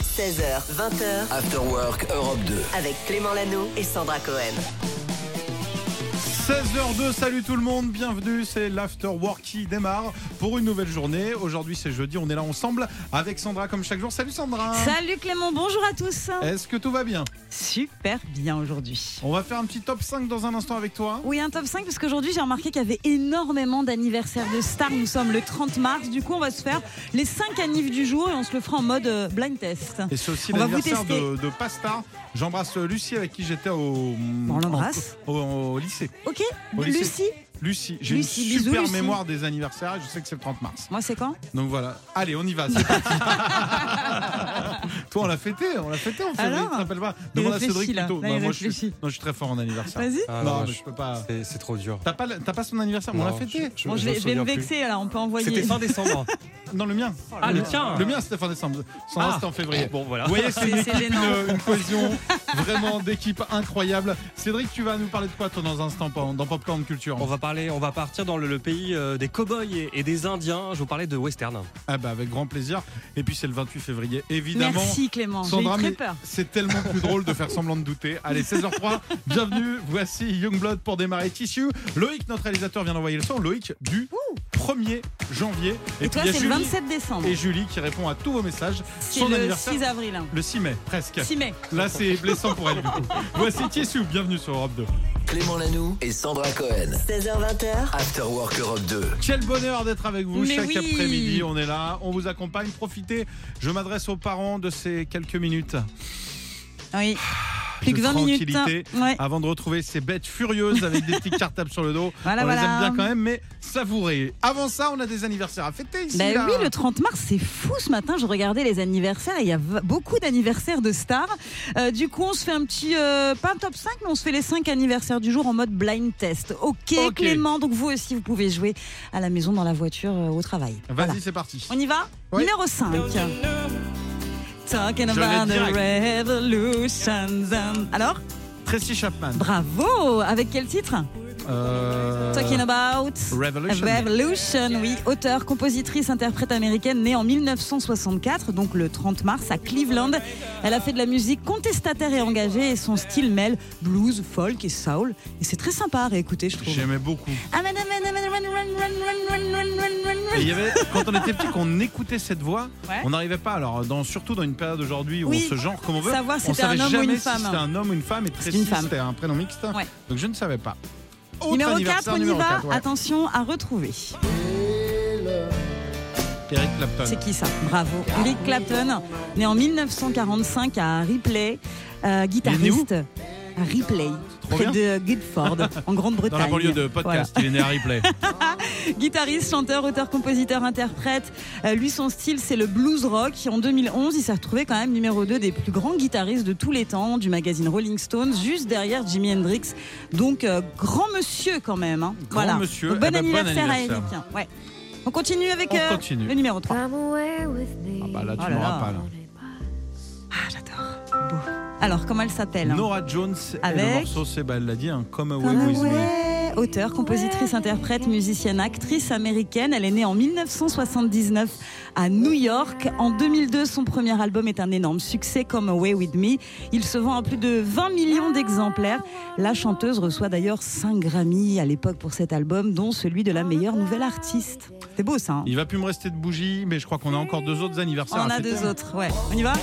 16h, 20h After Work Europe 2. avec Clément Lano et Sandra Cohen. 16h02, salut tout le monde, bienvenue, c'est l'After Work qui démarre pour une nouvelle journée. Aujourd'hui c'est jeudi, on est là ensemble avec Sandra comme chaque jour. Salut Sandra Salut Clément, bonjour à tous. Est-ce que tout va bien Super bien aujourd'hui. On va faire un petit top 5 dans un instant avec toi. Oui, un top 5 parce qu'aujourd'hui j'ai remarqué qu'il y avait énormément d'anniversaires de stars. Nous sommes le 30 mars, du coup on va se faire les 5 annives du jour et on se le fera en mode euh, blind test. Et c'est aussi On va vous l'anniversaire tester. de, de Pastar. J'embrasse Lucie avec qui j'étais au, On l'embrasse. au, au lycée. Ok Au lycée. Lucie Lucie, j'ai une Lucie, bisous, super Lucie. mémoire des anniversaires et je sais que c'est le 30 mars. Moi c'est quand Donc voilà, allez on y va, c'est parti. toi on l'a fêté, on l'a fêté en février, Alors tu te rappelles pas Il Demande à réfléchit, Cédric là. plutôt. Là, Bah, il moi, je suis, réfléchit. non, je suis très fort en anniversaire. Vas-y. Ah, non, moi, mais je- je peux pas. C'est c'est trop dur. T'as pas, le- t'as pas son anniversaire, mais on l'a Non, fêté. je- Bon, je me vais, je vais me souviens vexer là, on peut C'était envoyer. fin décembre. Non, le mien. Ah, le tien. Le mien, c'était fin décembre. Son Ah. c'était en février. Bon, voilà. Vous voyez, c'est une, C'est- c'est équipe, gênant. une- une cohésion vraiment d'équipe incroyable. Cédric, tu vas nous parler de quoi, toi, dans un instant, pan- dans Popcorn Culture On va parler, on va partir dans le, le pays euh, des cow-boys et, et des indiens. Je vous parlais de western. Ah, bah, avec grand plaisir. Et puis, c'est le 28 février, évidemment. Merci Clément, j'ai eu Sandra, très mais peur. c'est tellement plus drôle de faire semblant de douter. Allez, 16h03, bienvenue. Voici Youngblood pour démarrer Tissue. Loïc, notre réalisateur, vient d'envoyer le son. Loïc, du 1er janvier. Et, puis, toi il y a c'est le Julie 27 décembre. Et Julie qui répond à tous vos messages. C'est Son le anniversaire. 6 avril. hein. Le 6 mai, presque. 6 mai. Là, c'est blessant pour elle. du coup. Voici Tissou, bienvenue sur Europe 2. Clément Lanoux et Sandra Cohen. 16h, 20h After Work Europe 2. Quel bonheur d'être avec vous Mais chaque oui. après-midi. On est là, on vous accompagne. Profitez. Je m'adresse aux parents de ces quelques minutes Oui. Plus de que 20 minutes. Ah, hein. tranquillité Ouais. avant de retrouver ces bêtes furieuses avec des petites cartables sur le dos. Voilà, on les voilà. aime bien quand même, mais savourez. Avant ça, on a des anniversaires à fêter ici. Ben là. oui, le 30 mars, c'est fou. Ce matin, je regardais les anniversaires et il y a v- beaucoup d'anniversaires de stars. Euh, du coup, on se fait un petit, euh, pas un top 5, mais on se fait les 5 anniversaires du jour en mode blind test. Ok. ok, Clément, donc vous aussi, vous pouvez jouer à la maison, dans la voiture, euh, au travail. Vas-y, Voilà. c'est parti. On y va Oui. Numéro 5. Talking Je l'ai about the revolutions. and- Alors, Tracy Chapman. bravo Avec quel titre Euh, Talking about. Revolution. Revolution, oui, auteure, compositrice, interprète américaine née en 1964, donc le 30 mars à Cleveland. Elle a fait de la musique contestataire et engagée et son style mêle blues, folk et soul. Et c'est très sympa à réécouter, je trouve. J'aimais beaucoup. Ah, man, ah, man, ah, man, run, run, run, run, run, run, run, run. Et il y avait, quand on était petit, qu'on écoutait cette voix, Ouais. on n'arrivait pas. Alors, dans, surtout dans une période aujourd'hui où Oui. on se genre comme on veut, Savoir si on c'était un savait homme ou jamais si une femme. c'était un homme ou une femme. Et Tracy, une femme. c'était un prénom mixte. Ouais. Donc, je ne savais pas. Autre Numéro 4, anniversaire, on y numéro va. quatre, ouais. Attention à retrouver. Eric Clapton. C'est qui ça Bravo. Eric Clapton, né en 1945 à Ripley, euh, guitariste. À Ripley, Trop près bien. de Guildford, Dans en Grande-Bretagne. la banlieue de podcast, il est né à Ripley. Guitariste, chanteur, auteur, compositeur, interprète. Euh, lui, son style, c'est le blues rock. En 2011, il s'est retrouvé quand même numéro 2 des plus grands guitaristes de tous les temps du magazine Rolling Stone, juste derrière Jimi Hendrix. Donc, euh, grand monsieur quand même. hein. Grand voilà. monsieur. Donc, Eh bon, ben, bon anniversaire à anniversaire. Eric. hein. Ouais. On continue avec On euh, continue. le numéro 3. Come away with me. Ah bah Ah là, tu Oh là m'auras là. pas là. Ah, j'adore. Beau. Alors, comment elle s'appelle hein Nora Jones et le Avec- morceau, c'est bah, elle l'a dit, un Come Away Come With Me. Away. Auteure, compositrice, interprète, musicienne, actrice américaine, elle est née en 1979 à New York. En 2002, son premier album est un énorme succès, Come Away With Me. Il se vend en plus de 20 millions d'exemplaires. La chanteuse reçoit d'ailleurs 5 Grammy à l'époque pour cet album, dont celui de la meilleure nouvelle artiste. C'est beau ça. hein Il va plus me rester de bougie, mais je crois qu'on a encore deux autres On anniversaires. en à a fêter. deux autres. Ouais. On y va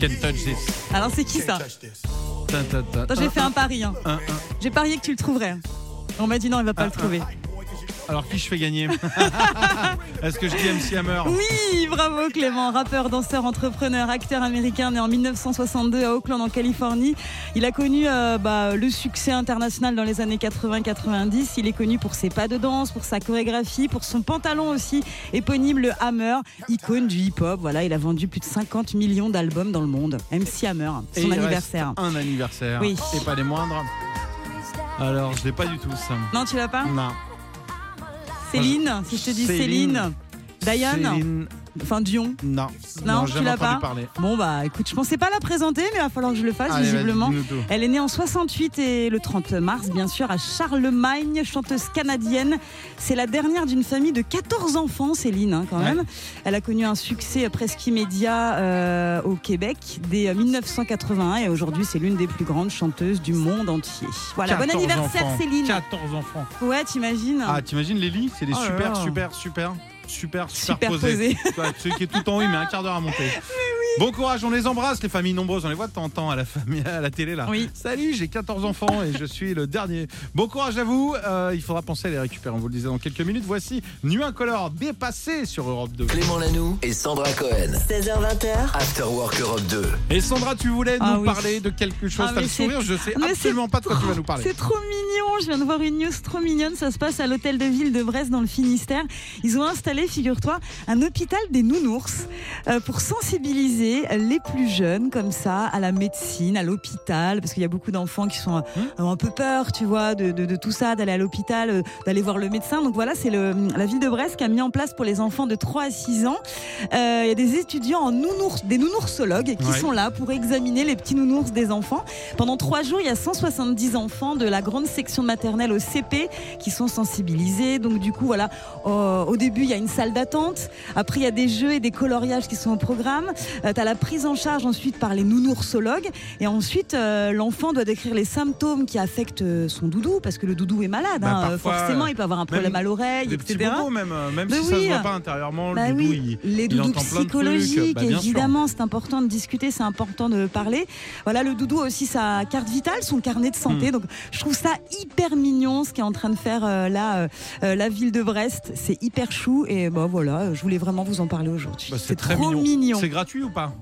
Can't touch this. Alors c'est qui ça Ta, ta, ta, Attends, j'ai fait un pari. hein. un, un. J'ai parié que tu le trouverais. hein. On m'a dit non, il va pas le trouver. Alors qui je fais gagner Est-ce que je dis MC Hammer Oui, bravo Clément, rappeur, danseur, entrepreneur, acteur américain né en 1962 à Oakland en Californie. Il a connu euh, bah, le succès international dans les années 80-90. Il est connu pour ses pas de danse, pour sa chorégraphie, pour son pantalon aussi éponyme le Hammer, icône du hip-hop. Voilà, il a vendu plus de 50 millions d'albums dans le monde. MC Hammer, Et son il anniversaire. reste Un anniversaire. Oui. Et pas les moindres. Alors je l'ai pas du tout ça. Non, tu l'as pas Non. Céline, si je te dis Céline. Céline. Diane, Céline, enfin Dion. non. Non, tu jamais l'as entendu pas parler. Bon bah écoute, je pensais pas la présenter, mais il va falloir que je le fasse Allez, vas-y, visiblement. dis-nous tout. Elle est née en 68 et le 30 mars, bien sûr, à Charlemagne, chanteuse canadienne. C'est la dernière d'une famille de 14 enfants, Céline, hein, quand Ouais. même. Elle a connu un succès presque immédiat euh, au Québec dès euh, 1981 et aujourd'hui, c'est l'une des plus grandes chanteuses du monde entier. Voilà, bon 14 anniversaire, enfants. Céline. 14 enfants. Ouais, t'imagines Ah, t'imagines les lits C'est des Oh là super, là. super, super, super, superposés. Superposée. Toi, Celui qui est tout en haut, il met un quart d'heure à monter. Bon courage, on les embrasse, les familles nombreuses. On les voit de temps en temps à la, famille, à la télé là. Oui. Salut, j'ai 14 enfants et je suis le dernier. Bon courage à vous. euh, il faudra penser à les récupérer. On vous le disait dans quelques minutes. Voici Nu Incolore dépassé sur Europe 2. Clément Lanoux et Sandra Cohen. 16h, 20h. After Work Europe 2. Et Sandra, tu voulais nous Ah oui. parler de quelque chose. Ah, T'as mais le c'est- sourire, je sais Mais c'est absolument pas de quoi tu vas nous parler. C'est trop mignon, je viens de voir une news trop mignonne, ça se passe à l'hôtel de ville de Brest dans le Finistère. Ils ont installé, figure-toi, un hôpital des nounours euh, pour sensibiliser les plus jeunes comme ça à la médecine, à l'hôpital, parce qu'il y a beaucoup d'enfants qui sont euh, un peu peur, tu vois, de, de- de tout ça, d'aller à l'hôpital, euh, d'aller voir le médecin. Donc voilà, c'est le- euh, la ville de Brest qui a mis en place pour les enfants de 3 à 6 ans. Euh, Il y a des étudiants en nounours, des nounoursologues qui Ouais. sont là pour examiner les petits nounours des enfants. Pendant trois jours, il y a 170 enfants de la grande section de maternelle au CP qui sont sensibilisés. Donc du coup, voilà, euh, au début, il y a une salle d'attente. Après, il y a des jeux et des coloriages qui sont au programme. Euh, T'as la prise en charge ensuite par les nounoursologues. Et ensuite, euh, l'enfant doit décrire les symptômes qui affectent euh, son doudou, parce que le doudou est malade. Bah, hein. Euh, parfois, Forcément, il peut avoir un problème à l'oreille, Des petits etc. bobos même, euh, même Mais si ça se oui. voit pas intérieurement. Bah le doudou, oui, il- les il doudous entend plein de trucs. psychologiques, Bah, bien sûr. évidemment, c'est important de discuter, c'est important de parler. Voilà, le doudou a aussi sa carte vitale, son carnet de Hmm. santé. Donc, je trouve ça hyper mignon ce qu'est en train de faire euh, là euh, euh, la ville de Brest. C'est hyper chou et bah voilà, euh, je voulais vraiment vous en parler aujourd'hui. Bah, c'est trop mignon. C'est gratuit ou pas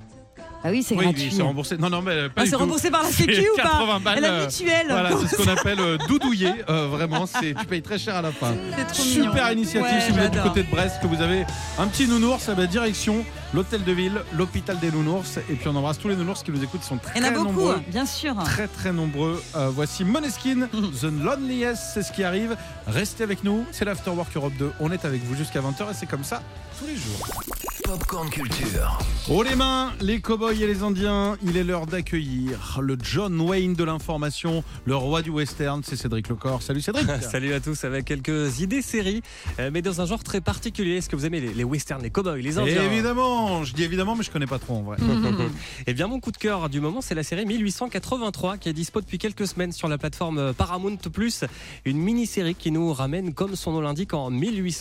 Ah oui, c'est Oui, gratuit. c'est remboursé. Non, non, mais euh, pas Ah, du c'est tout. remboursé par la C'est Sécu ou pas 80 balles, La euh, mutuelle. Voilà, c'est ce qu'on appelle euh, doudouiller. Euh, vraiment, c'est tu payes très cher à la fin. C'est trop mignon. Super initiative Ouais, si vous êtes du j'adore. côté de Brest, que vous avez un petit nounours, eh ben, direction l'hôtel de ville, l'hôpital des nounours. Et puis on embrasse tous les nounours qui nous écoutent, ils sont très Il y en a beaucoup, hein, nombreux. bien sûr. Très très nombreux. Euh, voici Moneskin, The Loneliest, c'est ce qui arrive. Restez avec nous, c'est l'Afterwork Europe 2. On est avec vous jusqu'à 20h et c'est comme ça tous les jours. Popcorn Culture. Oh les mains, les cow-boys et les indiens, il est l'heure d'accueillir le John Wayne de l'information, le roi du western, c'est Cédric Lecor. Salut Cédric Salut à tous avec quelques idées séries, euh, mais dans un genre très particulier. Est-ce que vous aimez les, les westerns, les cowboys, les indiens Évidemment, je dis évidemment mais je connais pas trop en vrai. Hmm. Eh bien, mon coup de cœur du moment, c'est la série 1883 qui est dispo depuis quelques semaines sur la plateforme Paramount Plus. Une mini-série qui nous ramène, comme son nom l'indique, en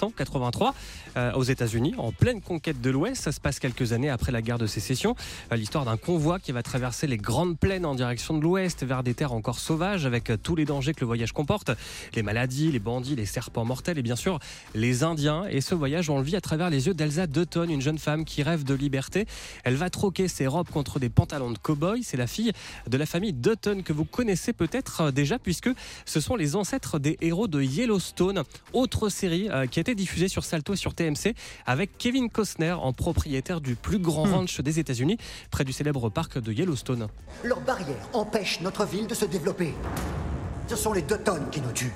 1883 euh, aux États-Unis, en pleine conquête de l'Ouest. Ça se passe quelques années après la guerre de sécession. Euh, L'histoire d'un convoi qui va traverser les grandes plaines en direction de l'Ouest vers des terres encore sauvages avec euh, tous les dangers que le voyage comporte les maladies, les bandits, les serpents mortels et bien sûr les Indiens. Et ce voyage, on le vit à travers les yeux d'Elsa Dutton, une jeune femme qui rêve de liberté. Elle va troquer ses robes contre des pantalons de cow-boy. C'est la fille de la famille Dutton que vous connaissez peut-être euh, déjà puisque ce sont les ancêtres des héros de Yellowstone, autre série euh, qui a été diffusée sur Salto et sur TMC avec Kevin Costner en propriétaire du plus grand ranch des États-Unis près du célèbre parc de Yellowstone. Leurs barrières empêchent notre ville de se développer. Ce sont les deux tonnes qui nous tuent.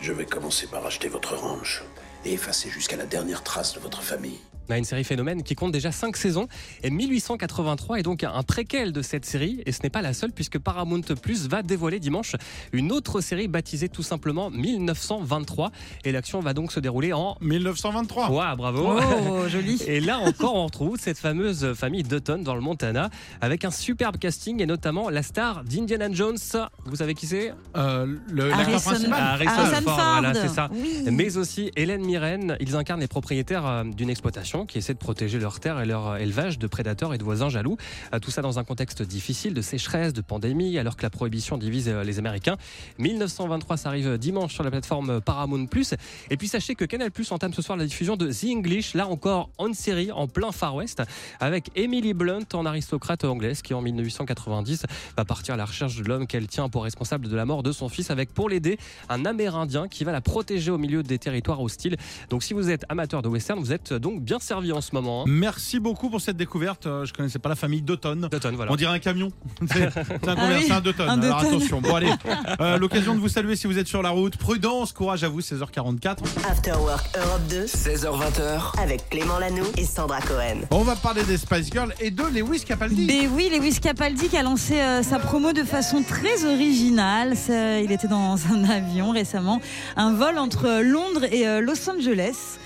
Je vais commencer par acheter votre ranch et effacer jusqu'à la dernière trace de votre famille. On a une série phénomène qui compte déjà 5 saisons et 1883 est donc un préquel de cette série et ce n'est pas la seule puisque Paramount Plus va dévoiler dimanche une autre série baptisée tout simplement 1923 et l'action va donc se dérouler en 1923. Ouah, bravo Oh, joli. et là encore, on retrouve cette fameuse famille Dutton dans le Montana avec un superbe casting et notamment la star d'Indiana Jones. Vous savez qui c'est Euh, le- l'acteur Harrison- principal. Harrison Harrison Ford, Ford. voilà, c'est ça. Oui. Mais aussi Hélène Mirren. Ils incarnent les propriétaires euh, d'une exploitation qui essaie de protéger leurs terres et leur euh, élevage de prédateurs et de voisins jaloux. Euh, Tout ça dans un contexte difficile de sécheresse, de pandémie, alors que la prohibition divise euh, les Américains. 1923, ça arrive dimanche sur la plateforme Paramount+. Et puis sachez que Canal+ entame ce soir la diffusion de The English, là encore en série, en plein Far West, avec Emily Blunt en aristocrate anglaise qui en 1890 va partir à la recherche de l'homme qu'elle tient pour responsable de la mort de son fils, avec pour l'aider un Amérindien qui va la protéger au milieu des territoires hostiles. Donc si vous êtes amateur de western, vous êtes donc bien servi en ce moment. hein. Ah, Merci beaucoup pour cette découverte. Euh, Je connaissais pas la famille d'automne. D'automne, voilà. On dirait un camion. C'est c'est un combien Ah oui, C'est un deux tonnes. un deux Alors tonnes. attention. Bon allez, Euh, l'occasion de vous saluer si vous êtes sur la route. Prudence, courage à vous, 16h44. After Work Europe 2 16h20h, avec Clément Lano et Sandra Cohen. On va parler des Spice Girls et de Lewis Capaldi. Ben oui, Lewis Capaldi qui a lancé euh, sa promo de façon très originale. Ça, il était dans un avion récemment, un vol entre euh, Londres et euh, Los Angeles.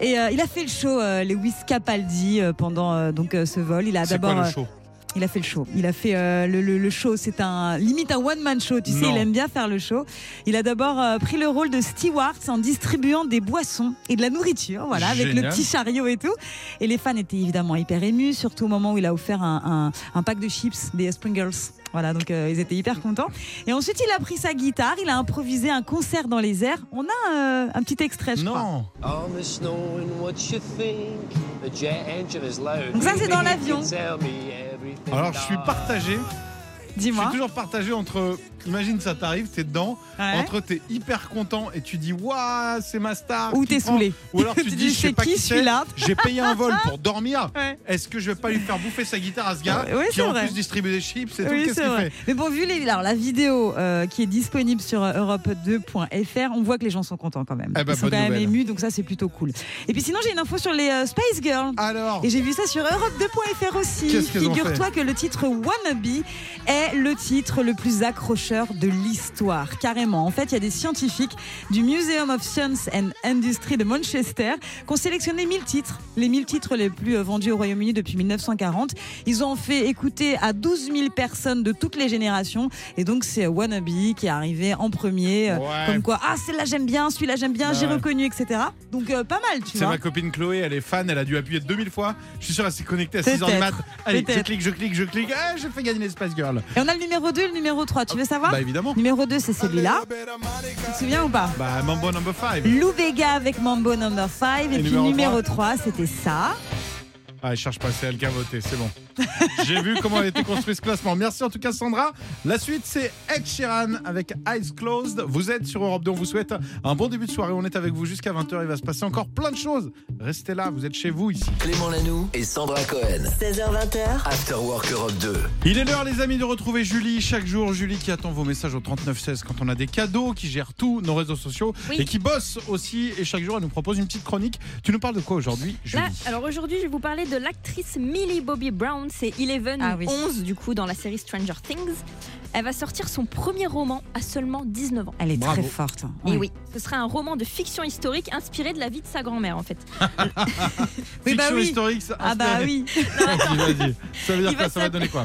Et euh, il a fait le show euh, Lewis Capaldi euh, pendant euh, donc euh, ce vol. Il a C'est d'abord quoi le euh, show il a fait le show. Il a fait euh, le, le- le show. C'est un limite un one man show. Tu sais, Non. il aime bien faire le show. Il a d'abord euh, pris le rôle de steward en distribuant des boissons et de la nourriture. Voilà, avec le Génial. petit chariot et tout. Et les fans étaient évidemment hyper émus, surtout au moment où il a offert un, un- un pack de chips des Springles. Voilà, donc euh, ils étaient hyper contents. Et ensuite, il a pris sa guitare, il a improvisé un concert dans les airs. On a euh, un petit extrait, je crois. Non. I'm just knowing what you think. The jet engine is loud. Donc ça, c'est dans You l'avion. can tell me everything Alors je suis I partagé. Je suis Dis-moi. toujours partagé entre. Imagine ça t'arrive, t'es dedans. Ouais. Entre t'es hyper content et tu dis waouh c'est ma star. Ou qui t'es prend. saoulé. Ou alors tu Tu dis, dis, je sais c'est pas qui qui c'est. celui-là J'ai payé un vol pour dormir. Ouais. Est-ce que je vais pas lui faire bouffer sa guitare à ce gars Ouais, qui c'est en vrai. plus distribue des chips et tout Oui, Qu'est-ce c'est qu'il vrai. fait Mais bon, vu les, alors, la vidéo euh, qui est disponible sur euh, europe2.fr, on voit que les gens sont contents quand même. Eh ben, Ils sont bonne quand même nouvelle. émus, donc ça c'est plutôt cool. Et puis sinon, j'ai une info sur les euh, Space Girls. Alors Et j'ai vu ça sur europe2.fr aussi. Qu'est-ce qu'elles ont Figure-toi que le titre Wannabe est le titre le plus accrocheur de l'histoire, carrément. En fait, il y a des scientifiques du Museum of Science and Industry de Manchester qui ont sélectionné 1000 titres, les 1000 titres les plus euh, vendus au Royaume-Uni depuis 1940. Ils ont fait écouter à 12 000 personnes de toutes les générations. Et donc, c'est Wannabe qui est arrivé en premier. euh, Ouais. Comme quoi, ah, celle-là j'aime bien, celui-là j'aime bien, Bah j'ai ouais. reconnu, etc. Donc, euh, pas mal, tu c'est vois. ma copine Chloé, elle est fan, elle a dû appuyer 2000 fois. Je suis sûr, elle s'est connectée à 6h du mat. Peut-être, Allez, je peut-être. clique, je clique, je clique. Ah, je fais gagner l'espace girl. Et on a le numéro 2 et le numéro 3. Tu veux savoir Bah évidemment. Numéro 2, c'est celui-là. Tu te souviens ou pas Bah Mambo number 5. Lou Vega avec Mambo Number 5. Et, Et puis numéro numéro, 3, c'était ça. Ah, elle cherche pas, c'est elle qui a voté, c'est bon. J'ai vu comment a été construit ce classement. Merci en tout cas, Sandra. La suite, c'est Ed Sheeran avec Eyes Closed. Vous êtes sur Europe 2, on vous souhaite un bon début de soirée. On est avec vous jusqu'à 20h, il va se passer encore plein de choses. Restez là, vous êtes chez vous ici. Clément Lanoux et Sandra Cohen. 16h20h, After Work Europe 2. Il est l'heure, les amis, de retrouver Julie chaque jour. Julie qui attend vos messages au 3916 quand on a des cadeaux, qui gère tous nos réseaux sociaux Oui. et qui bosse aussi. Et chaque jour, elle nous propose une petite chronique. Tu nous parles de quoi aujourd'hui, Julie Là, alors aujourd'hui, je vais vous parler de l'actrice Millie Bobby Brown. C'est Eleven Ah ou oui. 11 du coup dans la série Stranger Things. Elle va sortir son premier roman à seulement 19 ans. Elle est Bravo. très forte. Et Ouais. Eh oui, ce sera un roman de fiction historique inspiré de la vie de sa grand-mère en fait. Oui, bah Fiction oui. historique, ça Ah bah inspiré. oui. Vas-y, vas-y. Ça veut dire Il quoi Ça va va s'appeler- donner quoi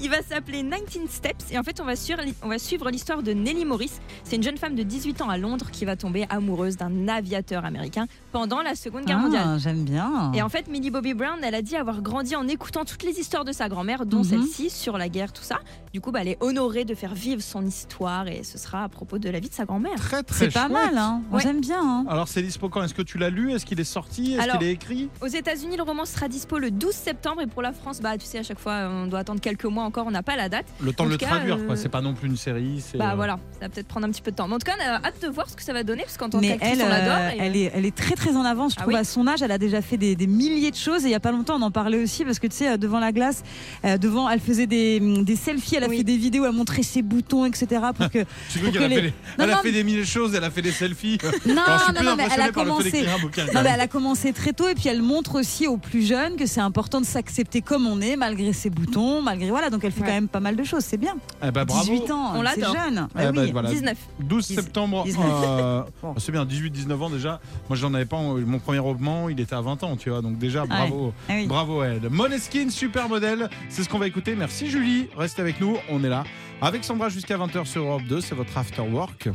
Il va s'appeler 19 Steps et en fait on va, suivre- on va suivre l'histoire de Nellie Morris. C'est une jeune femme de 18 ans à Londres qui va tomber amoureuse d'un aviateur américain pendant la Seconde Guerre mondiale. Ah, J'aime bien. Et en fait, Millie Bobby Brown, elle a dit avoir grandi en écoutant toutes les histoires de sa grand-mère, dont Mhm. celle-ci sur la guerre, tout ça. Du coup, bah, elle est honorée de faire vivre son histoire et ce sera à propos de la vie de sa grand-mère. Très, très C'est pas chouette. mal, hein. Moi, Ouais. J'aime bien. hein. Alors c'est dispo quand Est-ce que tu l'as lu Est-ce qu'il est sorti Est-ce Alors- qu'il est écrit Aux États-Unis, le roman sera dispo le 12 septembre et pour la France, bah, tu sais, à chaque fois, on doit attendre quelques mois encore, on n'a pas la date. Le temps En de le tout cas, traduire, quoi. euh, C'est pas non plus une série. c'est, Bah euh, voilà, ça va peut-être prendre un petit peu de temps. Mais en tout cas, on a hâte de voir ce que ça va donner parce qu'en tant Mais qu'actrice, elle, on l'adore. euh, et- elle, est, elle est très très en avance, je Ah trouve, oui à son âge. Elle a déjà fait des, des milliers de choses et il n'y a pas longtemps, on en parlait aussi parce que tu sais, euh, devant la glace, euh, devant, elle faisait des, des selfies, elle a Oui. fait des vidéos, elle montrait ses boutons, etc. pour que. Tu veux pour qu'elle a fait, que les- des- elle a non, fait des mille choses, elle a fait des selfies. Non, Alors, je suis non, plus non, mais elle a impressionné par le fait commencé. d'écrire un bouquin, quand Non, mais même. elle a commencé très tôt et puis elle montre aussi aux plus jeunes que c'est important de s'accepter comme on est, malgré ses boutons, malgré voilà. Donc elle fait Ouais. quand même pas mal de choses, c'est bien. Eh bah, bravo. 18 ans, On c'est l'adore. jeune. Eh Bah bah, oui. voilà. 19. 12 19. septembre. euh, C'est bien, 18-19 ans déjà. Moi, j'en avais pas. euh, Mon premier roman, il était à 20 ans, tu vois. Donc déjà, bravo. Ah oui. Bravo à elle. Moneskin, super modèle. C'est ce qu'on va écouter. Merci Julie. Reste avec nous. On est là. Avec Sandra jusqu'à 20h sur Europe 2. C'est votre after work.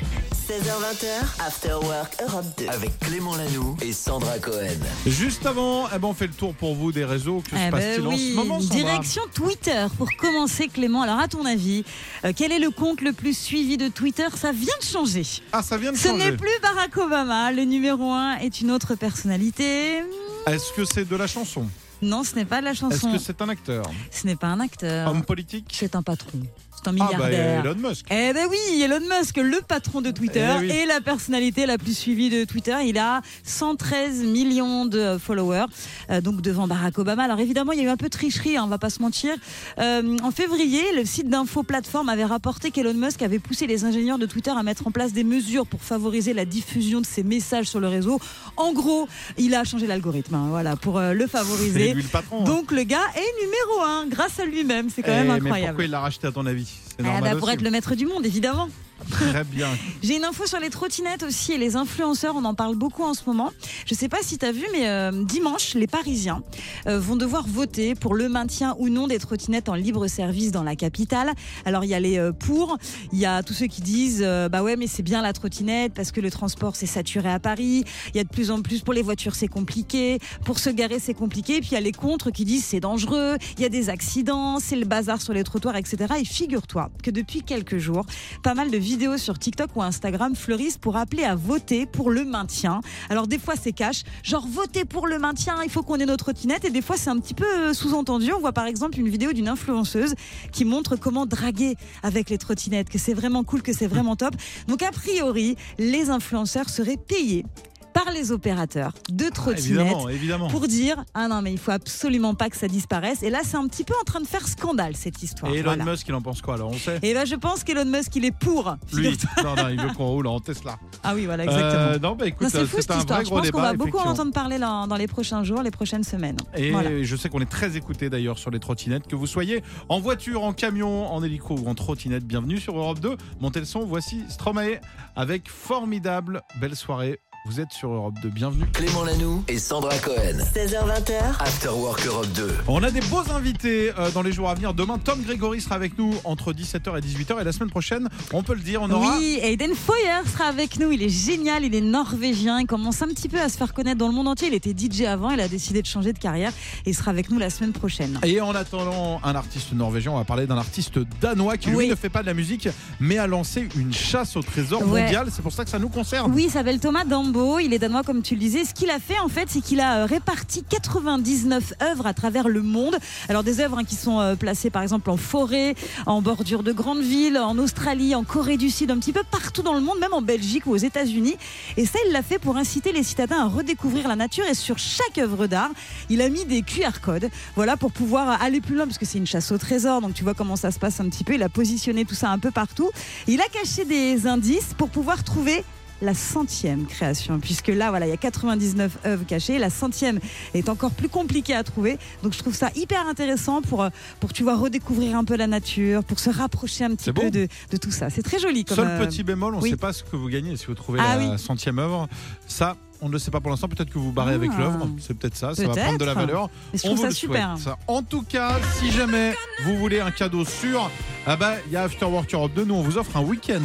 16h20h, After Work Europe 2. Avec Clément Lanoux et Sandra Cohen. Juste avant, eh ben, on fait le tour pour vous des réseaux. Que Eh se ben passe-t-il en oui. ce moment Sandra Direction Twitter pour commencer, Clément. Alors, à ton avis, euh, quel est le compte le plus suivi de Twitter Ça vient de changer. Ah, ça vient de Ce changer. n'est plus Barack Obama. Le numéro 1 est une autre personnalité. Est-ce que c'est de la chanson Non, ce n'est pas de la Est-ce chanson. que c'est un acteur Ce n'est pas un acteur. Homme politique C'est un patron. C'est un Ah, bah milliardaire. Elon Musk. Eh ben oui, Elon Musk, le patron de Twitter Eh oui. et la personnalité la plus suivie de Twitter. Il a 113 millions de followers, euh, donc devant Barack Obama. Alors évidemment, il y a eu un peu de tricherie, hein, on va pas se mentir. Euh, en février, le site d'info plateforme avait rapporté qu'Elon Musk avait poussé les ingénieurs de Twitter à mettre en place des mesures pour favoriser la diffusion de ses messages sur le réseau. En gros, il a changé l'algorithme, hein, voilà, pour euh, le C'est favoriser. lui le patron. hein. Donc le gars est numéro un grâce à lui-même, c'est quand Eh, même Mais incroyable. pourquoi il l'a racheté à ton avis C'est Ah normal bah, pour aussi. être le maître du monde, évidemment. Très bien. J'ai une info sur les trottinettes aussi et les influenceurs, on en parle beaucoup en ce moment. Je sais pas si tu as vu, mais euh, dimanche, les Parisiens euh, vont devoir voter pour le maintien ou non des trottinettes en libre service dans la capitale. Alors il y a les euh, pour, il y a tous ceux qui disent euh, bah ouais mais c'est bien la trottinette parce que le transport c'est saturé à Paris, il y a de plus en plus pour les voitures c'est compliqué, pour se garer c'est compliqué, puis il y a les contre qui disent c'est dangereux, il y a des accidents, c'est le bazar sur les trottoirs, etc. Et figure-toi que depuis quelques jours, pas mal de vidéos sur TikTok ou Instagram fleurissent pour appeler à voter pour le maintien. Alors des fois c'est cash, genre voter pour le maintien, il faut qu'on ait notre trottinette et des fois c'est un petit peu euh, sous-entendu. On voit par exemple une vidéo d'une influenceuse qui montre comment draguer avec les trottinettes, que c'est vraiment cool, que c'est vraiment top. Donc a priori, les influenceurs seraient payés par les opérateurs de trottinettes Évidemment, évidemment. pour dire ah non mais il faut absolument pas que ça disparaisse et là c'est un petit peu en train de faire scandale cette histoire Et Elon Voilà. Musk, il en pense quoi alors On sait et là je pense qu'Elon Musk il est pour Lui, non, non, il veut qu'on roule en Tesla. ah oui voilà exactement Euh, non, bah écoute, Non, c'est euh, fou c'est cette un histoire. vrai Je gros pense qu'on débat. va beaucoup en effectivement. entendre parler dans, dans les prochains jours, les prochaines semaines. Et Voilà. je sais qu'on est très écouté d'ailleurs sur les trottinettes, que vous soyez en voiture, en camion, en hélico ou en trottinette. Bienvenue sur Europe 2. Montez le son, voici Stromae avec formidable belle soirée. Vous êtes sur Europe 2, bienvenue. Clément Lanoux et Sandra Cohen. 16h20h, After Work Europe 2. On a des beaux invités euh, dans les jours à venir. Demain, Tom Grégory sera avec nous entre 17h et 18h. Et la semaine prochaine, on peut le dire, on aura. Oui, Aiden Foyer sera avec nous. Il est génial, il est norvégien. Il commence un petit peu à se faire connaître dans le monde entier. Il était DJ avant, il a décidé de changer de carrière et il sera avec nous la semaine prochaine. Et en attendant un artiste norvégien, on va parler d'un artiste danois qui lui Oui. ne fait pas de la musique, mais a lancé une chasse au trésor Ouais. mondiale. C'est pour ça que ça nous concerne. Oui, il s'appelle Thomas Dambo, il est danois comme tu le disais. Ce qu'il a fait en fait, c'est qu'il a euh, réparti 99 œuvres à travers le monde. Alors des œuvres hein, qui sont euh, placées par exemple en forêt, en bordure de grandes villes, en Australie, en Corée du Sud, un petit peu partout dans le monde, même en Belgique ou aux États-Unis. Et ça, il l'a fait pour inciter les citadins à redécouvrir la nature. Et sur chaque œuvre d'art, il a mis des QR codes, voilà, pour pouvoir euh, aller plus loin, parce que c'est une chasse au trésor. Donc tu vois comment ça se passe un petit peu. Il a positionné tout ça un peu partout. Il a caché des indices pour pouvoir trouver la centième création, puisque là, voilà, il y a 99 œuvres cachées. La centième est encore plus compliquée à trouver. Donc, je trouve ça hyper intéressant pour, euh, pour tu vois, redécouvrir un peu la nature, pour se rapprocher un C'est petit beau. peu de, de tout ça. C'est très joli comme Seul euh, petit bémol, on ne oui. sait pas ce que vous gagnez si vous trouvez Ah la oui. centième œuvre. Ça, on ne le sait pas pour l'instant. Peut-être que vous vous barrez avec Ah. l'œuvre. C'est peut-être ça. Ça va Peut-être. prendre de la valeur. mais je on trouve vous ça le super. souhaite. En tout cas, si jamais vous voulez un cadeau sûr, ah bah, il y a After Work Europe 2. Nous, on vous offre un week-end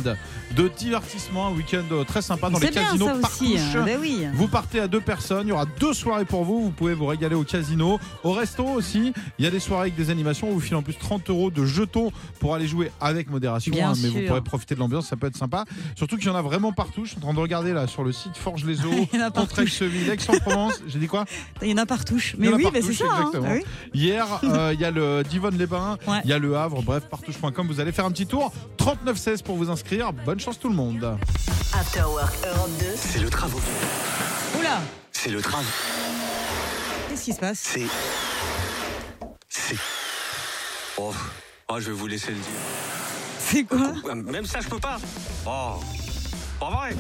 de divertissement, un week-end euh, très sympa dans les C'est bien casinos ça par aussi. couche. hein. Ben oui. Vous partez à deux personnes, il y aura deux soirées pour vous, vous pouvez vous régaler au casino, au resto aussi. Il y a des soirées avec des animations, on vous file en plus 30 euros de jetons pour aller jouer avec modération, hein, Bien mais sûr. vous pourrez profiter de l'ambiance, ça peut être sympa. Surtout qu'il y en a vraiment partout, je suis en train de regarder là sur le site Forge les Eaux, Il y en a partout. Contrexeville, Aix-en-Provence, j'ai dit quoi Il y en a par touche. Il Mais y en a oui, par mais c'est touche, ça. hein. exactement. Ah oui. Hier, euh, il y a le Divonne-les-Bains, Ouais. il y a le Havre, bref, partouche.com, vous allez faire un petit tour, 39-16 pour vous inscrire, bonne chance tout le monde. After Work Europe 2. C'est le travaux. Oula, C'est le travail. qu'est-ce qui se passe C'est. C'est. Oh. oh, je vais vous laisser le dire. Euh, C'est quoi Même ça, je peux pas. Oh. Pas vrai.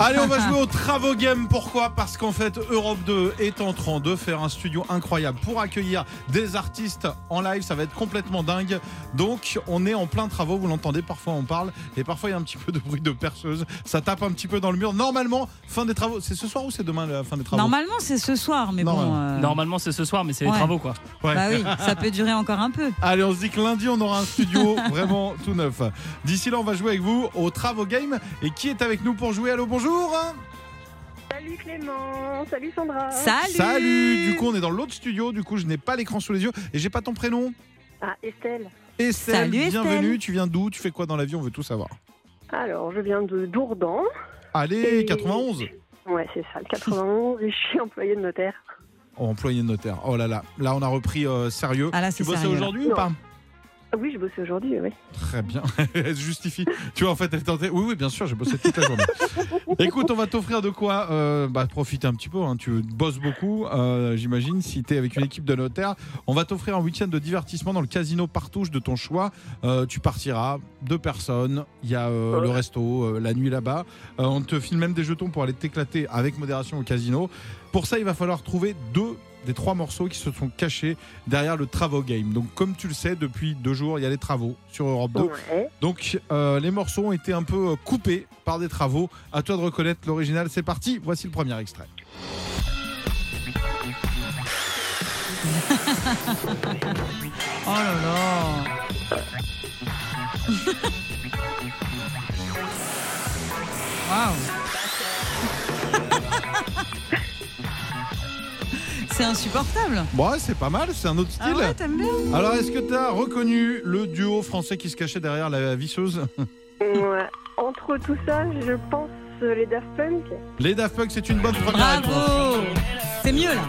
Allez, on va jouer au Travaux Game. Pourquoi Parce qu'en fait, Europe 2 est en train de faire un studio incroyable pour accueillir des artistes en live. Ça va être complètement dingue. Donc, on est en plein travaux. Vous l'entendez, parfois on parle et parfois il y a un petit peu de bruit de perceuse. Ça tape un petit peu dans le mur. Normalement, fin des travaux. C'est ce soir ou c'est demain la fin des travaux Normalement, c'est ce soir, mais bon. Normalement. euh, Normalement, c'est ce soir, mais c'est Ouais. les travaux, quoi. Ouais. Bah oui, ça peut durer encore un peu. Allez, on se dit que lundi, on aura un studio vraiment tout neuf. D'ici là, on va jouer avec vous au Travaux Game. Et qui est avec nous pour jouer Allô, bonjour Salut Clément, salut Sandra. Salut. Du coup, on est dans l'autre studio. Du coup, je n'ai pas l'écran sous les yeux et j'ai pas ton prénom. Ah, Estelle. Estelle, Salut, Estelle. bienvenue. Tu viens d'où Tu fais quoi dans la vie On veut tout savoir. Alors, je viens de Dourdan. Allez, 91. Ouais, c'est ça, le 91, et je suis employée de notaire. employé de notaire. Oh là là, là on a repris euh, sérieux. Ah là, tu c'est bossais sérieux, là. aujourd'hui ou pas Ah Oui, je bossais aujourd'hui, oui. Très bien, elle se justifie. Tu vois, en fait, elle tentait. Oui, oui, bien sûr, j'ai bossé toute la journée. Écoute, on va t'offrir de quoi euh, bah, profiter un petit peu. hein. Tu bosses beaucoup, euh, j'imagine, si tu es avec une équipe de notaires. On va t'offrir un week-end de divertissement dans le casino partouche de ton choix. Euh, tu partiras, deux personnes. Il y a euh, le resto, euh, la nuit là-bas. Euh, on te file même des jetons pour aller t'éclater avec modération au casino. Pour ça, il va falloir trouver deux des trois morceaux qui se sont cachés derrière le Travo Game. Donc, comme tu le sais, depuis deux jours, il y a les travaux sur Europe 2. Ouais. Donc, euh, les morceaux ont été un peu euh, coupés par des travaux. À toi de reconnaître l'original. C'est parti. Voici le premier extrait. Oh là là Waouh C'est insupportable Bon, ouais, c'est pas mal. C'est un autre style. Ah ouais, t'aimes bien Alors, est-ce que tu as reconnu le duo français qui se cachait derrière la visseuse Ouais. Entre tout ça, je pense euh, les Daft Punk. Les Daft Punk, c'est une bonne première réponse. Bravo C'est mieux là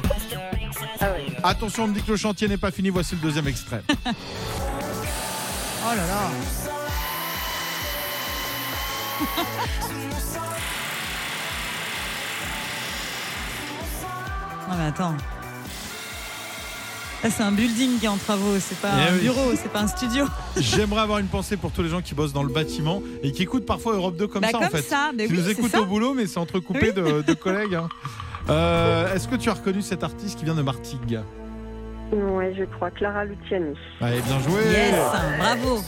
Ah ouais. Attention, on me dit que le chantier n'est pas fini. Voici le deuxième extrait. Oh là là Non mais attends. Là c'est un building qui est en travaux, c'est pas Eh un oui. bureau, c'est pas un studio. J'aimerais avoir une pensée pour tous les gens qui bossent dans le bâtiment et qui écoutent parfois Europe 2 comme bah ça, comme en fait. ça, mais Tu oui, nous c'est écoutes ça. au boulot, mais c'est entrecoupé Oui. de, de collègues. hein. Euh, Est-ce que tu as reconnu cet artiste qui vient de Martigues Ouais, je crois. Clara Luciani. Allez, bien joué Yes, bravo.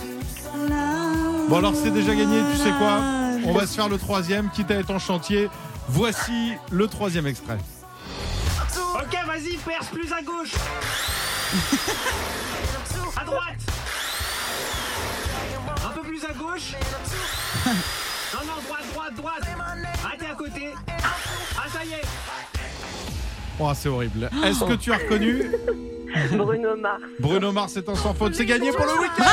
Eh. Bon, alors, c'est déjà gagné, tu sais quoi Ah. On va se faire le troisième, quitte à être en chantier. Voici le troisième extrait. Ok, vas-y, perce plus à gauche. à droite. Un peu plus à gauche. Non, non, droite, droite, droite. Ah, t'es à côté. Ah, ça y est. Oh, c'est horrible. Est-ce que tu as reconnu Bruno Mars. Bruno Mars est en sans faute, c'est gagné pour le week-end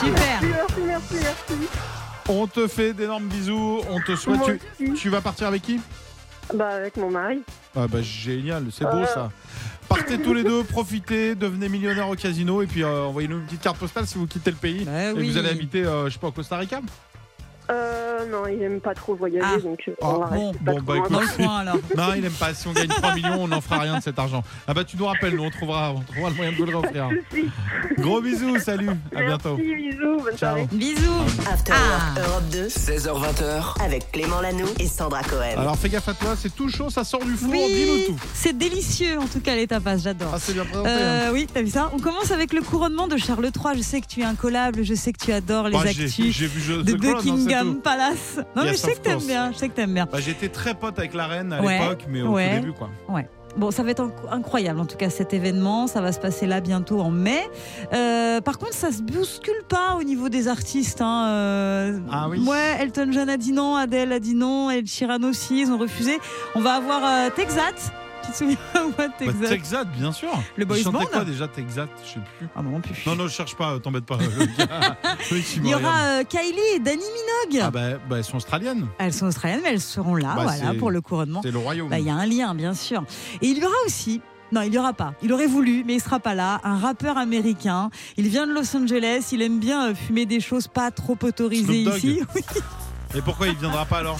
Super. Merci, merci, merci. On te fait d'énormes bisous, on te souhaite... Moi Tu, aussi. tu vas partir avec qui Bah, avec mon mari. Ah bah génial, c'est beau Euh. ça. Partez tous les deux, profitez, devenez millionnaire au casino et puis euh, envoyez-nous une petite carte postale si vous quittez le pays. Bah et oui. vous allez habiter, euh, je sais pas, au Costa Rica Euh, non, il aime pas trop voyager, Ah. donc euh, Ah, on va bon, rester pas bon, trop bah, loin. Dans le coin alors. Non, il aime pas. Si on gagne 3 millions, on n'en fera rien de cet argent. Ah bah tu nous rappelles, nous on trouvera, on trouvera le moyen de vous le refaire. Merci, Gros bisous, salut, à bientôt. bisous, bonne Ciao. soirée. Bisous. After Ah. Work Europe 2 16h20h. avec Clément Lano et Sandra Cohen. Alors fais gaffe à toi, c'est tout chaud, ça sort du four, Oui, dis-nous tout. c'est délicieux en tout cas les tapas, j'adore. Ah c'est bien présenté. hein. Euh, oui, t'as vu ça On commence avec le couronnement de Charles III. Je sais que tu es incollable, je sais que tu adores les Bah, j'ai- actus J'ai vu je- de The Crown, hein, c'est Buckingham tout. Palace. Non, mais Yes, je sais of que t'aimes course. bien, je sais que t'aimes bien. Bah, J'étais très pote avec la reine à Ouais, l'époque, mais au ouais. tout début quoi. Bon, ça va être inc- incroyable en tout cas cet événement. Ça va se passer là bientôt en mai. Euh, par contre, ça se bouscule pas au niveau des artistes. hein, euh, Ah oui. Ouais, Elton John a dit non, Adele a dit non, El Sheeran aussi, ils ont refusé. On va avoir euh, Texas. Tu te souviens ou pas de Bah, Texas Texas, bien sûr. Le boys Il chantait band quoi déjà Texas Je sais plus. Ah non, plus. Non, non, je cherche pas, euh, t'embête pas. le gars. Oui, qui me Il y aura regarde. euh, Kylie et Danny Minogue. Ah bah, bah, elles sont australiennes, Elles sont australiennes, mais elles seront là, Bah, voilà, c'est- pour le couronnement. c'est le royaume. Bah, Il y a un lien, bien sûr. Et il y aura aussi. Non, il n'y aura pas. Il aurait voulu, mais il sera pas là. Un rappeur américain. Il vient de Los Angeles. Il aime bien euh, fumer des choses pas trop autorisées Snoop Dogg. ici. Oui. Et pourquoi il viendra pas alors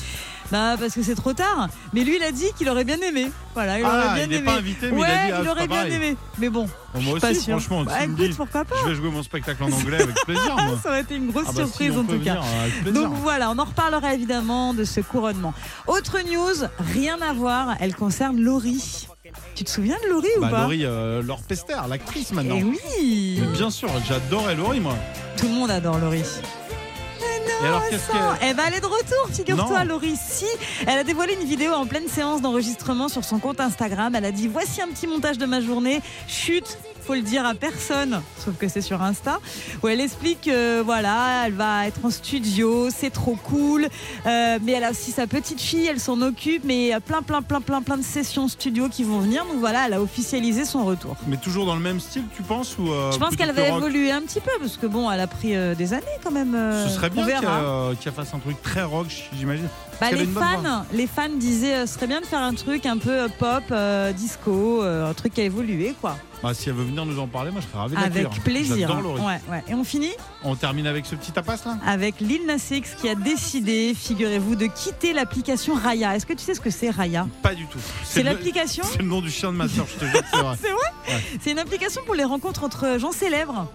Bah, parce que c'est trop tard. Mais lui, il a dit qu'il aurait bien aimé. Voilà, il Ah, aurait bien il n'est aimé. pas invité, mais ouais, il a dit ah, c'est aurait pas bien pareil. aimé. Mais bon, Bon, Moi pas aussi, sûr. franchement, Bah, tu me écoute, dis, pourquoi pas je vais jouer mon spectacle en anglais avec plaisir. Moi. Ça aurait été une grosse Ah bah, surprise si, on en peut tout cas. venir, avec plaisir. Donc voilà, on en reparlera évidemment de ce couronnement. Autre news, rien à voir, elle concerne Laurie. Tu te souviens de Laurie bah, ou pas Laurie, euh, Laure Pester, l'actrice maintenant. Eh oui Mais bien sûr, j'adorais Laurie, moi. Tout le monde adore Laurie. Et alors, qu'est-ce que. Eh ben, elle est de retour, figure-toi, Non. Laurie. Si, elle a dévoilé une vidéo en pleine séance d'enregistrement sur son compte Instagram. Elle a dit Voici un petit montage de ma journée. Chut faut le dire à personne, sauf que c'est sur Insta, où elle explique que voilà, elle va être en studio, c'est trop cool, Euh, mais elle a aussi sa petite fille, elle s'en occupe, mais il y a plein, plein, plein, plein, plein de sessions studio qui vont venir, donc voilà, elle a officialisé son retour. Mais toujours dans le même style, tu penses ou, euh, Je pense plutôt qu'elle que va rock évoluer un petit peu, parce que bon, elle a pris euh, des années quand même. euh, Ce serait on bien qu'elle verra. euh, qu'elle fasse un truc très rock, j'imagine. Bah, qu'elle a les, une bonne voix. fans, les fans disaient euh, ce serait bien de faire un truc un peu euh, pop, euh, disco, euh, un truc qui a évolué quoi. Ah, si elle veut venir nous en parler, moi je serais ravi de Avec l'accueillir. plaisir. J'adore Laurie. Ouais, ouais. Et on finit On termine avec ce petit tapas là avec Lil Nas X qui a décidé, figurez-vous, de quitter l'application Raya. Est-ce que tu sais ce que c'est Raya Pas du tout. C'est le- l'application C'est le nom du chien de ma soeur, je te jure, c'est vrai. C'est vrai Ouais. C'est une application pour les rencontres entre euh, gens célèbres.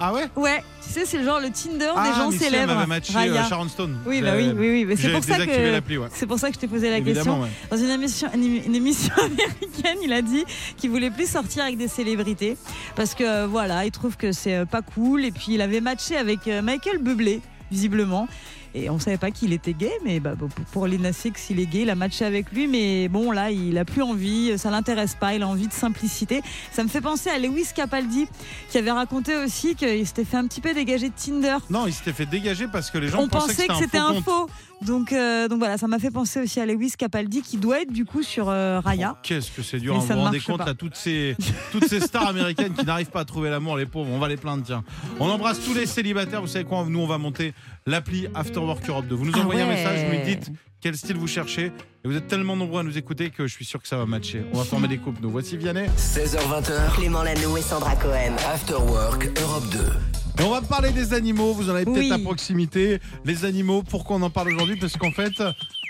Ah ouais Ouais, tu sais, c'est le genre le Tinder Ah, des gens mais si, elle célèbres. m'avait matché, euh, Raya. Sharon Stone. Oui, bah oui, Euh, oui, oui. mais C'est j'ai pour ça désactivé que l'appli, ouais. c'est pour ça que je t'ai posé la Évidemment, question. ouais. Dans une émission, une émi- une émission américaine, il a dit qu'il voulait plus sortir avec des célébrités parce que euh, voilà, il trouve que c'est euh, pas cool. Et puis il avait matché avec euh, Michael Bublé, visiblement. Et on savait pas qu'il était gay, mais bah, bon, pour- pour Lina Six, il est gay, il a matché avec lui, mais bon, là, il a plus envie, euh, ça l'intéresse pas, il a envie de simplicité. Ça me fait penser à Lewis Capaldi, qui avait raconté aussi qu'il s'était fait un petit peu dégager de Tinder Non, il s'était fait dégager parce que les gens on pensait que c'était un, compte. faux. Donc, euh, donc voilà, ça m'a fait penser aussi à Lewis Capaldi qui doit être du coup sur euh, Raya. Qu'est-ce que c'est dur, Mais hein, vous ça vous ne rendez marche compte pas. là, toutes ces, toutes ces stars américaines qui n'arrivent pas à trouver l'amour, les pauvres, on va les plaindre, tiens. On embrasse tous les célibataires, vous savez quoi, nous on va monter l'appli After Work Europe 2. Vous nous Ah envoyez un ouais. message, vous nous dites quel style vous cherchez, et vous êtes tellement nombreux à nous écouter que je suis sûr que ça va matcher. On va former des couples, nous. Voici Vianney. 16h20h, Clément Lano et Sandra Cohen. After Work Europe 2. Et on va parler des animaux, vous en avez peut-être Oui. à proximité. Les animaux, pourquoi on en parle aujourd'hui Parce qu'en fait,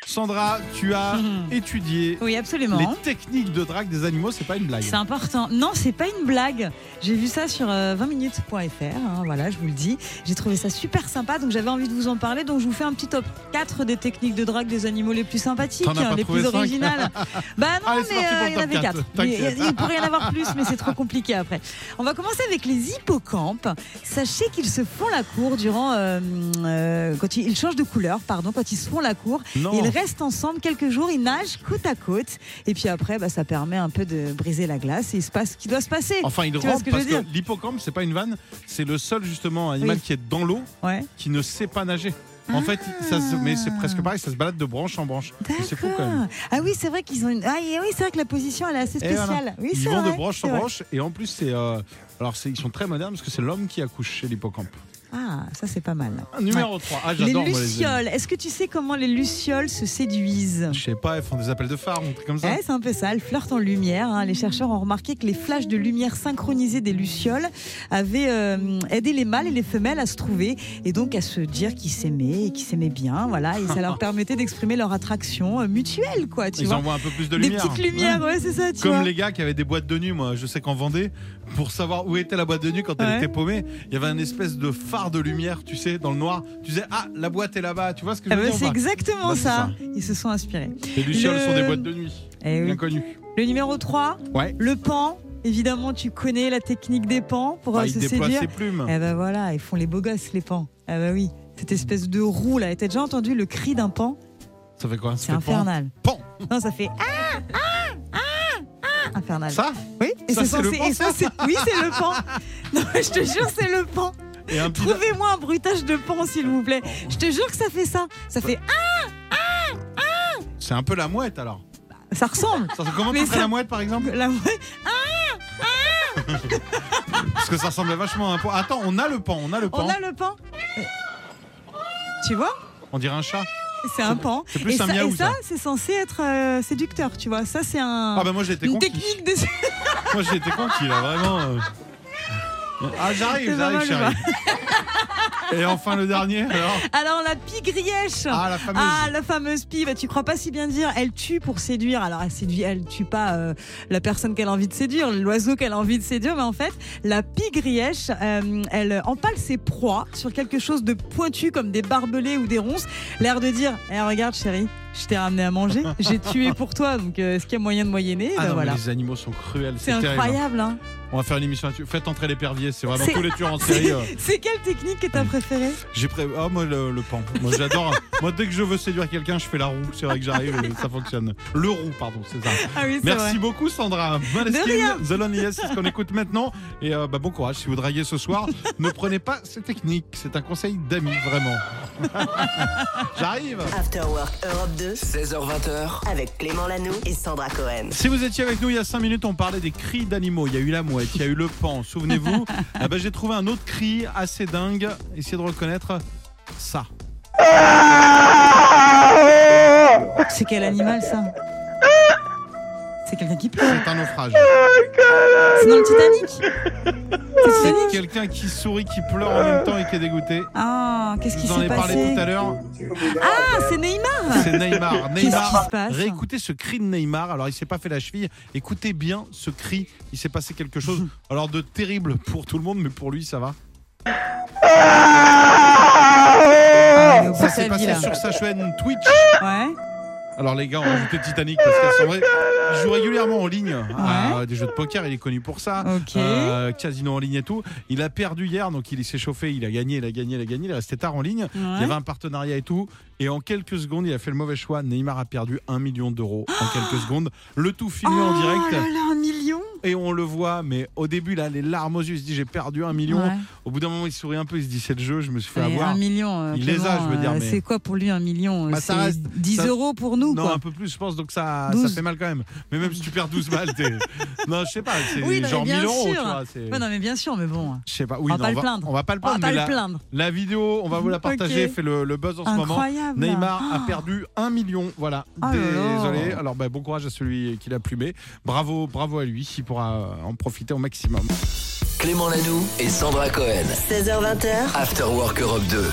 Sandra, tu as Mhm. étudié Oui, absolument. les techniques de drague des animaux, c'est pas une blague. C'est important. Non, c'est pas une blague. J'ai vu ça sur euh, 20minutes.fr. hein, voilà, je vous le dis. J'ai trouvé ça super sympa, donc j'avais envie de vous en parler. Donc je vous fais un petit top 4 des techniques de drague des animaux les plus sympathiques, hein, T'en as pas les trouvé plus cinq originales. bah non, Allez, c'est mais parti pour le euh, il y en top avait quatre. 4. T'inquiète. il pourrait y en avoir plus, mais c'est trop compliqué après. On va commencer avec les hippocampes. Sachez qu'ils se font la cour durant euh, euh, quand ils, ils changent de couleur, pardon, quand ils se font la cour. Non. Ils restent ensemble quelques jours, ils nagent côte à côte, et puis après, bah, ça permet un peu de briser la glace. Et il se passe ce qui doit se passer. Enfin, il Tu vois rampe ce que je parce veux que dire l'hippocampe, c'est pas une vanne, c'est le seul justement animal Oui. qui est dans l'eau Ouais. qui ne sait pas nager. En fait, ça se- mais c'est presque pareil, ça se balade de branche en branche. Mais C'est fou quand même. D'accord. Ah oui, c'est vrai qu'ils ont. Une... Ah et oui, c'est vrai que la position elle est assez Et voilà. spéciale. Oui, Ils c'est vont de vrai, branche c'est en vrai. branche et en plus c'est euh, alors c'est- ils sont très modernes parce que c'est l'homme qui accouche chez l'hippocampe. Ah, ça c'est pas mal. Ah, Numéro 3. Ah, Les j'adore moi, les animaux. lucioles. Est-ce que tu sais comment les lucioles se séduisent Je sais pas, ils font des appels de phare, on comme ça. Ouais, Eh, c'est un peu ça, elles flirtent en lumière. hein. Les chercheurs ont remarqué que les flashs de lumière synchronisés des lucioles avaient euh, aidé les mâles et les femelles à se trouver et donc à se dire qu'ils s'aimaient et qu'ils s'aimaient bien. Voilà, et ça leur permettait d'exprimer leur attraction euh, mutuelle, quoi. Tu ils vois envoient un peu plus de Des lumière. petites lumières, ouais, c'est ça, tu Comme vois. les gars qui avaient des boîtes de nuit, moi je sais qu'en Vendée, pour savoir où était la boîte de nuit quand elle Ouais. était paumée, il y avait un espèce de phare de lumière, tu sais, dans le noir. Tu disais, ah, la boîte est là-bas, tu vois ce que je Ah veux bah, dire ou c'est pas exactement Bah, c'est ça. ça. Ils se sont inspirés. Les lucioles Le- sont des boîtes de nuit, Eh bien oui. connues. Le numéro 3, Ouais. le pan. Évidemment, tu connais la technique des pans pour Bah, euh, ils se déploient séduire. ses plumes. Eh ben voilà, ils font les beaux gosses, les pans. Eh ben oui, cette espèce de roue là. T'as déjà entendu le cri d'un pan Ça fait quoi Ça C'est fait pan- infernal. Pan Non, ça fait ah, ah, ah, ah, infernal. Ça Oui, et Ça, c'est c'est le censé. pan, et ça, c'est- oui, c'est le pan. Non, mais je te jure, c'est le pan. Et un petit. Oh, Trouvez-moi un bruitage de pan, s'il vous plaît. Je te jure que ça fait ça. Ça fait ah, C'est un peu la mouette alors. ah, ça ressemble. Ça, ça- comment tu Mais ferais ça- la mouette par exemple La Parce que ça ressemblait vachement à un pan. Attends, on a le pan, on a le pan. On a le pan. Tu vois On dirait un chat. C'est un pan. c'est plus et un ça, miaou, et ça, ça. c'est censé être euh, séducteur, tu vois. Ça, c'est un. Ah bah moi j'ai été une conquis. technique de. Moi j'ai été conquis là, vraiment. euh. Ah j'arrive, C'est j'arrive, vraiment chérie. Et enfin le dernier alors. Alors la pie grièche. Ah la fameuse. Ah, la fameuse pie, bah, tu crois pas si bien dire. Elle tue pour séduire. Alors, elle séduit, elle tue pas euh, la personne qu'elle a envie de séduire, l'oiseau qu'elle a envie de séduire, mais en fait, la pie grièche, euh, elle empale ses proies sur quelque chose de pointu comme des barbelés ou des ronces, l'air de dire Eh, regarde, chérie, je t'ai ramené à manger, j'ai tué pour toi, donc euh, est-ce qu'il y a moyen de moyenner Ah Bah, non, mais voilà. les animaux sont cruels, c'est C'est terrible. incroyable, hein. On va faire une émission là-dessus. Faites entrer l'épervier, c'est vraiment C'est- tous les tueurs en série. C'est euh, c'est quelle technique que t'as préférée J'ai pré... Ah, moi, le, le pan. Moi, j'adore. moi, dès que je veux séduire quelqu'un, je fais la roue. C'est vrai que j'arrive et ça fonctionne. Le roue, pardon, c'est ça. Ah oui, c'est vrai. Merci beaucoup, Sandra. Maneskin, rien. The Lonely c'est ce qu'on écoute maintenant. Et euh, bah, bon courage si vous draguez ce soir. ne prenez pas ces techniques. C'est un conseil d'amis, vraiment. j'arrive. After Work Europe 2 16h20h, avec Clément Lano et Sandra Cohen. Si vous étiez avec nous il y a 5 minutes, on parlait des cris d'animaux. Il y a eu la mouette, il y a eu le pan, souvenez-vous. Ah bah, J'ai trouvé un autre cri assez dingue. Essayez de reconnaître ça. C'est quel animal ça C'est quelqu'un qui pleure. C'est un naufrage. C'est dans le Titanic C'est quelqu'un qui sourit, qui pleure en même temps et qui est dégoûté. Ah, qu'est-ce Je qui vous en s'est ai parlé passé tout à l'heure. Ah, c'est Neymar C'est Neymar. Qu'est-ce qui Neymar. se passe Réécoutez ce cri de Neymar. Alors, il s'est pas fait la cheville. Écoutez bien ce cri. Il s'est passé quelque chose. Alors, de terrible pour tout le monde, mais pour lui, ça va. Ah, on est au bout Ça de s'est sa vie, passé là. sur sa chaîne Twitch. Ouais. Alors, les gars, on a ajouté Titanic parce qu'elles sont vraies. Il joue régulièrement en ligne hein, à des jeux de poker. Il est connu pour ça. Ok. Euh, casino en ligne et tout. Il a perdu hier, donc il s'est chauffé. Il a gagné, il a gagné, il a gagné. Il est resté tard en ligne. Il y avait Ouais. un partenariat et tout. Et en quelques secondes, il a fait le mauvais choix. Neymar a perdu un million d'euros en quelques secondes. Le tout Oh filmé en direct. là là, un million Et on le voit, mais au début, là, les larmes aux yeux, il se dit j'ai perdu un million. Ouais. Au bout d'un moment, il sourit un peu, il se dit c'est le jeu, je me suis fait Et avoir. Un million. euh, Il les a, Clément, je veux dire, euh, mais- C'est quoi pour lui un million euh, Bah, ça c'est reste- 10 ça- euros pour nous, non, quoi. un peu plus, je pense, donc ça, ça 12. fait mal quand même. Mais même si tu perds 12 balles, t'es. Non, je sais pas, c'est Oui, non, mais genre bien 1000 euros, sûr. tu vois. c'est- Ouais, non, mais bien sûr, mais bon. Je sais pas, oui, On va non, pas le plaindre. on va pas le On va plaindre, Ah, pas mais le la, plaindre. la vidéo, on va vous la partager, Ok. fait le, le buzz en ce moment. Incroyable. Neymar Oh. a perdu 1 million. Voilà. Ah là là. Désolé. Alors bah, bon courage à celui qui l'a plumé. Bravo, bravo à lui. Il pourra en profiter au maximum. Clément Lanoux et Sandra Cohen. 16h20h, After Work Europe 2.